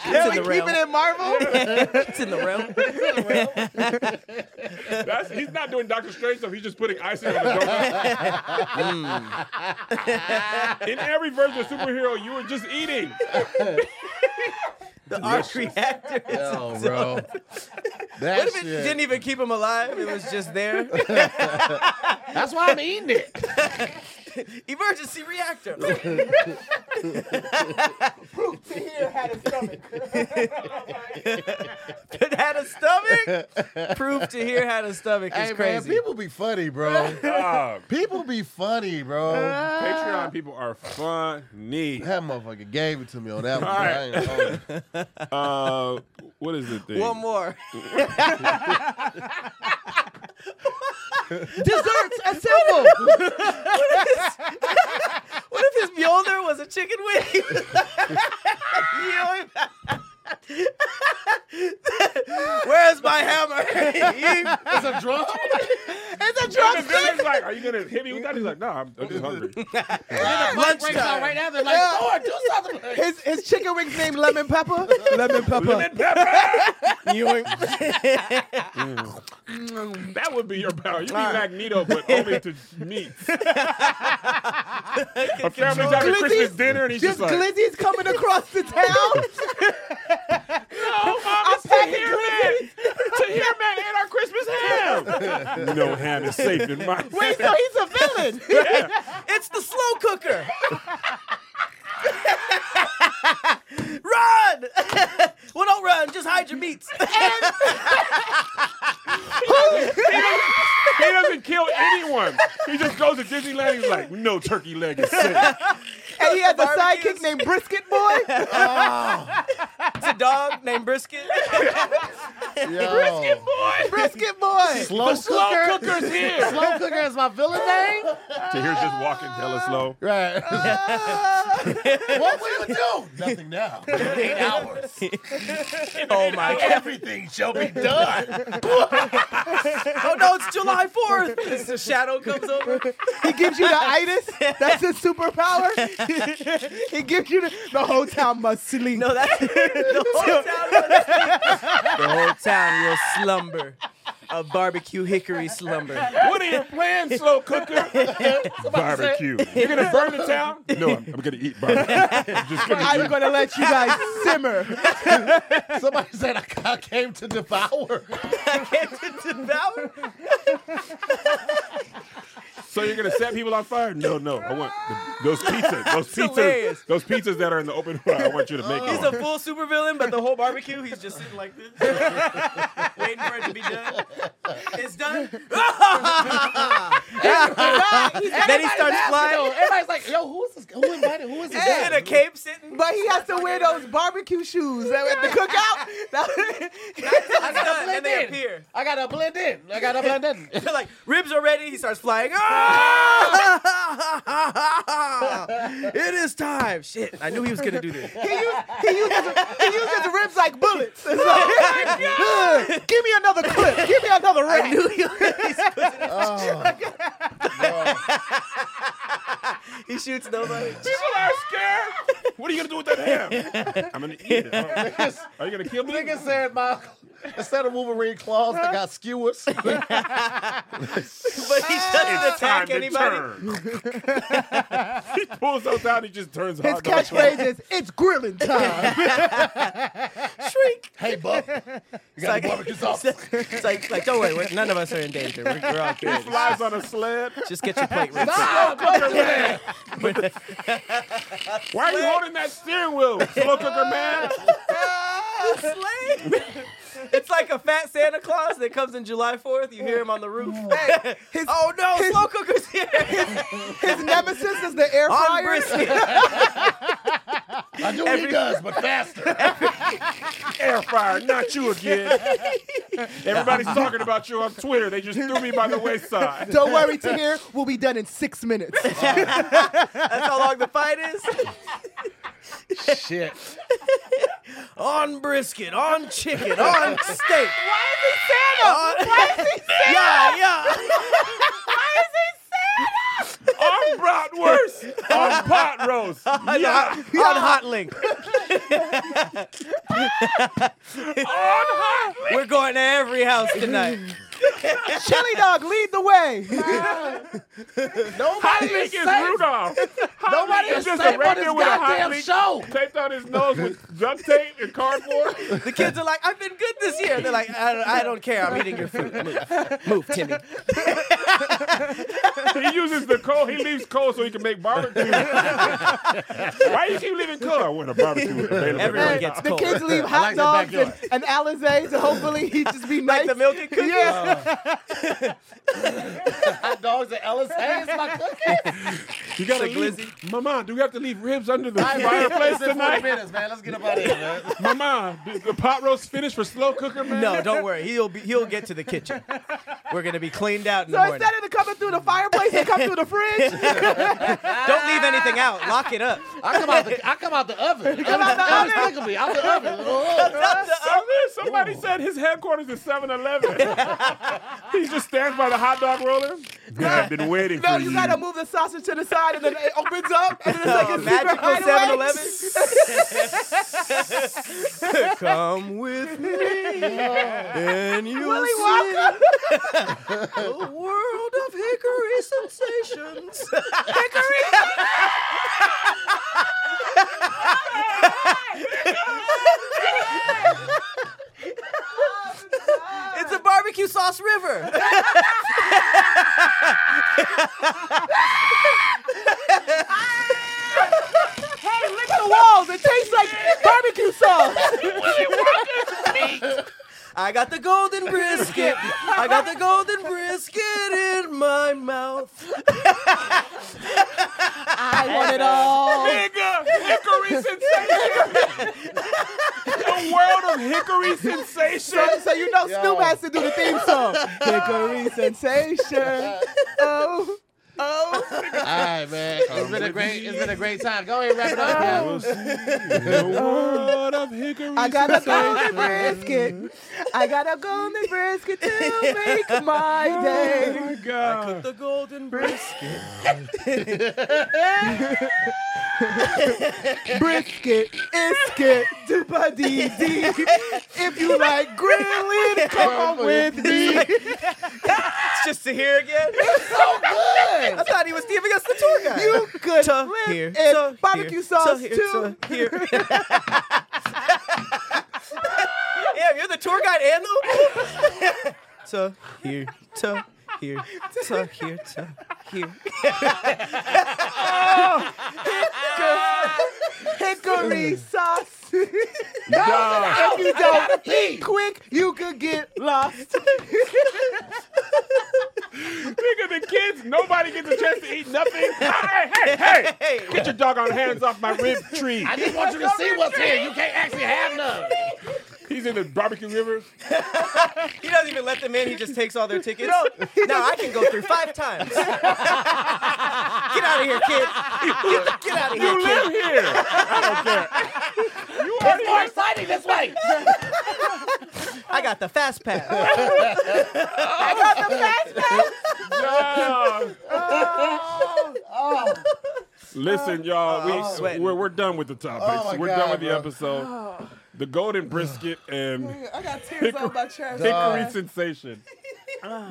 S2: we
S3: in the
S2: keep
S3: realm.
S2: it in Marvel?
S3: It's in the realm.
S1: That's, he's not doing Doctor Strange stuff. He's just putting icing on the donut. In every version of superhero, you were just eating.
S3: The arc reactor. is-
S4: Oh, bro.
S3: What
S4: That
S3: if it didn't even keep him alive? It was just there.
S4: That's why I'm eating it.
S3: Emergency reactor. Proof to had a stomach. had a stomach. Proof to here had a stomach is
S6: Hey man,
S3: crazy.
S6: people be funny, bro.
S1: Oh,
S6: people be funny, bro.
S1: Patreon people are funny.
S6: that motherfucker gave it to me on that one.
S1: All
S6: I ain't gonna hold it.
S1: Uh, what is the thing?
S3: One more.
S2: Desserts assemble.
S3: What if his Mjolnir was a chicken wing? You know what I mean? Where's my hammer?
S4: It's a drum.
S2: it's a
S1: And the
S2: drug
S1: villain's like, are you gonna hit me with that? He's like, no, I'm, I'm just hungry.
S4: Lunch breaks out right now. They're like,
S2: Yeah.
S4: Lord, do something.
S2: His, his chicken wings named Lemon Pepper. Lemon Pepper.
S1: Lemon pepper.
S3: Yoink.
S1: That would be your power. You'd be Magneto, but only to meat. A family's having
S2: Glizzy-
S1: Christmas dinner, and he's
S2: Just
S1: just, like,
S2: glizzies coming across the town.
S1: "Oh, mom, it's to hear man, to hear man, and our Christmas ham. no ham is safe in my.
S2: Wait, so he's a villain.
S3: It's the slow cooker. run! well, don't run. Just hide your meats.
S1: He doesn't kill anyone. He just goes to Disneyland. He's like, no turkey leg is safe.
S2: and he has a
S3: Barbecues.
S2: sidekick named Brisket Boy.
S3: it's a dog named Brisket.
S6: Yo,
S2: Brisket Boy.
S6: slow,
S1: Slow
S6: cooker.
S1: cooker's here.
S6: Slow cooker is my villain name.
S1: To hear just walking hella slow.
S6: Right.
S2: Ah.
S4: What will you do?
S6: Nothing now.
S4: Eight hours.
S3: oh my god.
S4: Everything shall be done.
S3: Oh no, it's July 4th. It's the shadow comes over.
S2: He gives you the itis. That's his superpower. he gives you the, the whole town must sleep.
S3: No, that's the whole town. will- the whole town will slumber. A barbecue hickory slumber.
S1: What are your plans, slow cooker? barbecue. You're gonna burn the town? No, I'm, I'm gonna eat barbecue. I'm just gonna
S2: I'm gonna let you guys simmer.
S6: Somebody said I, I came to devour.
S3: Devour?
S1: So you're gonna set people on fire? No, no. I want the, those pizzas. Those pizzas.
S3: hilarious.
S1: Those pizzas that are in the open fire. I want you to make
S3: He's a
S1: one.
S3: full supervillain, but the whole barbecue, he's just sitting like this, waiting for it to be done. It's done. then he starts flying.
S4: Everybody's like, yo, who is this? Who invited? Who is this?
S3: He's in a cape sitting.
S2: But he has to wear those barbecue shoes at the cookout.
S3: I
S4: gotta
S3: done, and
S4: blend
S3: they
S4: in.
S3: appear.
S4: I gotta blend in. I gotta blend in.
S3: They're like ribs are ready. He starts flying. Ah! it is time. Shit, I knew he was gonna do this.
S2: he, used, he, uses, he uses ribs like bullets.
S3: Oh
S2: It's like, "Ugh, give me another clip. Give me another
S3: I
S2: rib.
S3: knew he was. he shoots nobody.
S1: People are scared. What are you gonna do with that ham? I'm gonna eat it. Are you gonna kill me?
S6: Nigga said my instead of Wolverine claws, I got skewers.
S3: But but he doesn't
S1: Time
S3: attack
S1: to
S3: anybody.
S1: turn. he pulls those out. He just turns.
S2: His catchphrase is "It's grilling time."
S3: Shrink.
S6: Hey, Buck. You got
S3: like-
S6: the barbecue sauce.
S3: It's like, like, don't worry, we're, none of us are in danger. We're, we're all
S1: He
S3: good.
S1: flies on a sled.
S3: Just get your plate ready.
S2: Oh,
S1: Why are you holding that steering wheel, slow cooker man?
S3: It's like a fat Santa Claus that comes in July 4th. You hear him on the roof. Hey,
S2: His,
S3: oh no,
S2: his-
S3: slow cooker's here.
S2: his nemesis is the air
S3: on
S2: fryer.
S3: brisket.
S6: I do what he
S3: Every-
S6: does, but faster.
S1: Air fryer, not you again. Everybody's talking about you on Twitter. They just threw me by the wayside.
S2: Don't worry, Tahir. We'll be done in six minutes.
S3: That's how long the fight is.
S6: Shit.
S3: On brisket, on chicken, on steak. Why
S2: Uh,
S3: is he Santa? Why is he Santa? Yeah, yeah.
S1: on bratwurst, on pot roast. Yeah,
S3: On hot link. We're going to every house tonight.
S2: Chili dog, lead the way.
S1: hot link is Rudolph. Hot
S6: Nobody
S1: link
S6: is
S1: is just
S6: safe
S1: a
S6: on
S1: reindeer
S6: this
S1: with a hot
S6: goddamn
S1: link
S6: show.
S1: taped on his nose with duct tape and cardboard.
S3: The kids are like, I've been good this year. They're like, I don't, I don't care. I'm eating your food. Move, Move Timmy.
S1: He uses the coal. He leaves coal so he can make barbecue. Why you keep leaving coal? I want a barbecue. available.
S3: Everyone gets
S2: The
S3: cold.
S2: kids leave hot
S6: the
S2: dogs and,
S6: backyard.
S2: and Alizé, so hopefully he just be nice.
S3: like the milk and cookies.
S2: yeah.
S6: Hot dogs at Ellis Hayes, my cookie.
S1: You gotta
S3: Like
S1: leave.
S3: Lizzie.
S1: Mama, do we have to leave ribs under the fireplace tonight?
S6: minutes, man. Let's get up out of here, man.
S1: Mama, did the pot roast finished for slow cooker man.
S3: No, don't worry. He'll be, he'll get to the kitchen. We're gonna be cleaned out in
S2: So
S3: the morning.
S2: instead of coming through the fireplace, they come through the fridge.
S3: Don't leave anything out. Lock it up.
S6: I come out the I come out the oven.
S2: come out the
S6: I'm
S2: oven.
S6: just thinking me. Out the oven. Oh,
S1: Somebody- Somebody said his headquarters is 7 Eleven. he just stands by the hot dog roller. I've been waiting
S2: No, you gotta move the sausage to the side, and then it opens up, and then it's like a secret
S3: Magical
S2: hideaway.
S3: 7 Eleven. Come with me, and you'll
S2: Willy
S3: see
S2: Wonka.
S3: a world of hickory sensations. It's a barbecue sauce river.
S2: Hey, lick the walls. It tastes like barbecue sauce.
S3: I got the golden brisket. I got the golden brisket in my mouth.
S2: I want it all.
S1: Nigga, hickory sensation. the world of hickory sensation.
S2: So you know Snoop has to do the theme song. Hickory sensation. Oh, oh.
S6: All right, man. It's been a great it's been a great time. Go ahead, wrap it up, man.
S1: We'll see the world of hickory
S2: I got a golden
S1: sensation.
S2: brisket. I got a golden brisket to make my
S1: Oh
S2: day.
S1: my
S2: Uh,
S1: God.
S3: The golden brisket.
S2: Brisket, isket, dupa dee dee. If you like grilling, come with me.
S3: It's just to hear again. I thought he was giving us the tour guide.
S2: You could
S3: to
S2: flip
S3: here,
S2: and
S3: to
S2: barbecue
S3: here,
S2: sauce
S3: to here, To
S2: too.
S3: here. Damn, you're the tour guide and the. to here, to here, to here, to here.
S2: Hickory sauce.
S1: Dog.
S2: If you don't eat quick, you could get lost.
S1: Nigga, the kids, nobody gets a chance to eat nothing. Hey, hey, hey, hey. Get your doggone hands off my rib tree.
S6: I just want you to see what's here. You can't actually have none.
S1: He's in the barbecue river.
S3: He doesn't even let them in. He just takes all their tickets. now I can go through five times. get out of here, kid. Get, get out of here,
S1: You
S3: kid.
S1: live here. I don't care. You already
S6: More exciting this way.
S3: I got the fast pass.
S1: Yeah. Listen, y'all, we,
S3: sweating.
S1: we're, we're done with the topics.
S6: Oh, my
S1: we're
S6: God,
S1: done with the
S6: bro.
S1: episode. The golden brisket and
S2: I got tears on my chest.
S1: hickory sensation.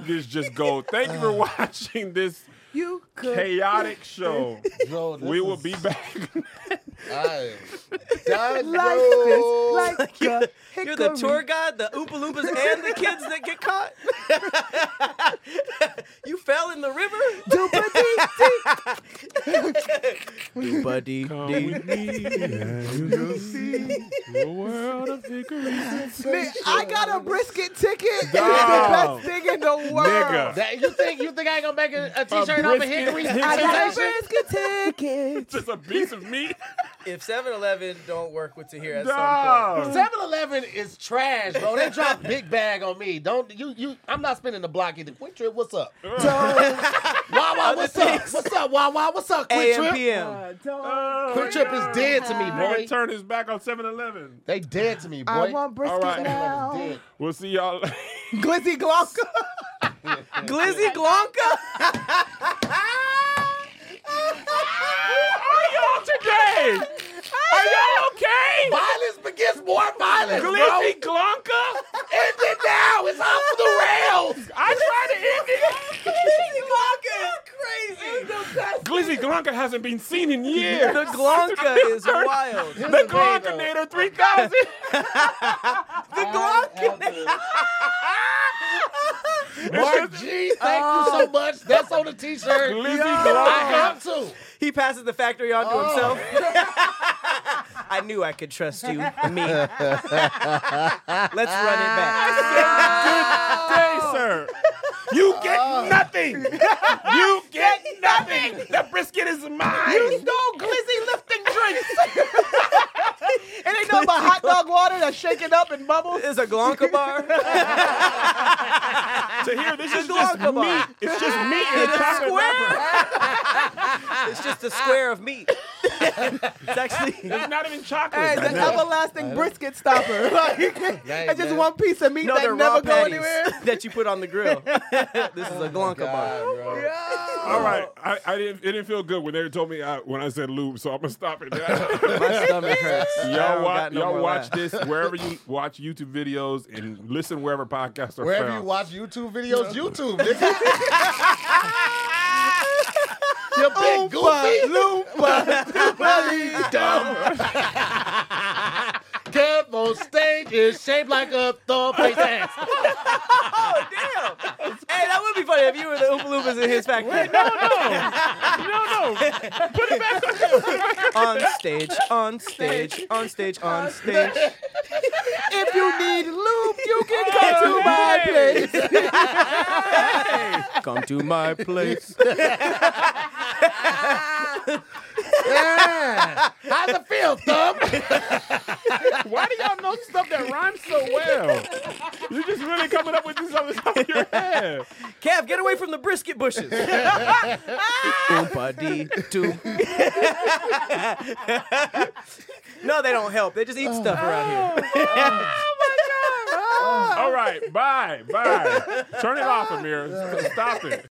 S1: just just go. Thank you for watching this
S2: You could.
S1: chaotic show.
S6: Bro, this
S1: We will
S6: is-
S1: be back.
S6: I am done,
S2: Life
S6: bro.
S2: is like a
S3: You're the
S2: hickory.
S3: tour guide, the Oompa Loompas, and the kids that get caught. you fell in the river. Buddy,
S1: Come with me and you'll see the world of hickories.
S2: Man, I got a brisket ticket. It's the
S1: Dog.
S2: best thing in the world.
S1: Nigga.
S4: That, you think you think I ain't gonna make a, a t-shirt out of
S1: brisket.
S4: Hickory
S2: I got a
S4: Sensation?
S2: brisket ticket.
S1: Just a piece of meat.
S3: if 7-Eleven don't work with Tahir at some point,
S1: Dog.
S4: 7-Eleven is trash, bro. They drop big bag on me. Don't you you? I'm not spending the block either. Quick trip, what's up? Wawa, what's up? What's up, Wawa? What's up? Quick
S3: AM,
S4: trip.
S3: PM.
S2: Uh, don't-
S1: Oh,
S4: Quick trip is dead to me,
S1: Nigga
S4: boy.
S1: turn his back on 7-Eleven.
S4: They dead to me, boy.
S2: I want brisket
S1: All right.
S2: now.
S4: Dead.
S1: We'll see y'all.
S2: Glizzy Glonka.
S3: Glizzy Glonka.
S1: y'all today? Are y'all okay? E.
S4: Violence begets more violence, bro.
S1: Glizzy Glonka?
S4: End it now. It's off the rails.
S1: I tried to end it.
S3: Glizzy Glonka is crazy.
S1: Glizzy Glonka hasn't been seen in years.
S3: The Glonka is wild.
S1: The Glonkinator 3000.
S4: The Glock. Mark G, thank
S1: Oh.
S4: you so much. That's on the t-shirt.
S1: Glizzy
S4: I
S1: Glonka.
S4: have to.
S3: He passes the factory on to himself. I knew I could trust you, me. Let's run it back.
S1: Good day, sir. You get nothing. You get nothing. The brisket is mine. You stole Glizzy lifting drinks.
S2: It ain't nothing but hot dog water that's shaking up in bubbles.
S3: It's a Glonka bar.
S1: to hear this is just
S3: Glonka bar.
S1: meat. It's just meat and
S3: It's
S1: a
S3: a
S1: chocolate wrapper.
S3: It's just a square of meat. it's actually
S1: It's not even chocolate.
S2: Hey,
S1: That's
S2: the
S1: not-
S2: everlasting brisket stopper. Like, it's just
S4: man.
S2: one piece of meat
S3: no, they're
S2: that
S3: raw
S2: never go
S3: patties
S2: anywhere.
S3: that you put on the grill. this is a Glonka bar.
S1: Oh,
S4: God, bro.
S1: All right, I, I didn't. It didn't feel good when they told me I, when I said lube, so I'm gonna stop it. y'all
S3: My stomach hurts. I don't
S1: wa-
S3: got no
S1: y'all
S3: more
S1: watch
S3: left.
S1: this wherever you watch YouTube videos and listen wherever podcasts are
S6: Wherever
S1: found.
S6: you watch YouTube videos, YouTube, nigga. Your big goofy.
S4: Kev on stage is shaped like a thumb face ass.
S3: Oh damn! hey, that would be funny if you were the Oompa Loompas in his factory.
S1: No, no,
S3: on stage, on stage, on stage, on stage.
S2: If you need lube, you can
S1: Oh,
S2: come
S3: Come to
S2: to my place.
S3: my place.
S4: How's it feel, thumb?
S1: why do y'all know stuff that rhymes so well? You're just really coming up with this other stuff in your head.
S3: Kev, get away from the brisket bushes. Oompa dee doo. no, they don't help. They just eat stuff around here.
S1: All right, bye, bye. Turn it off, Amir. Stop it.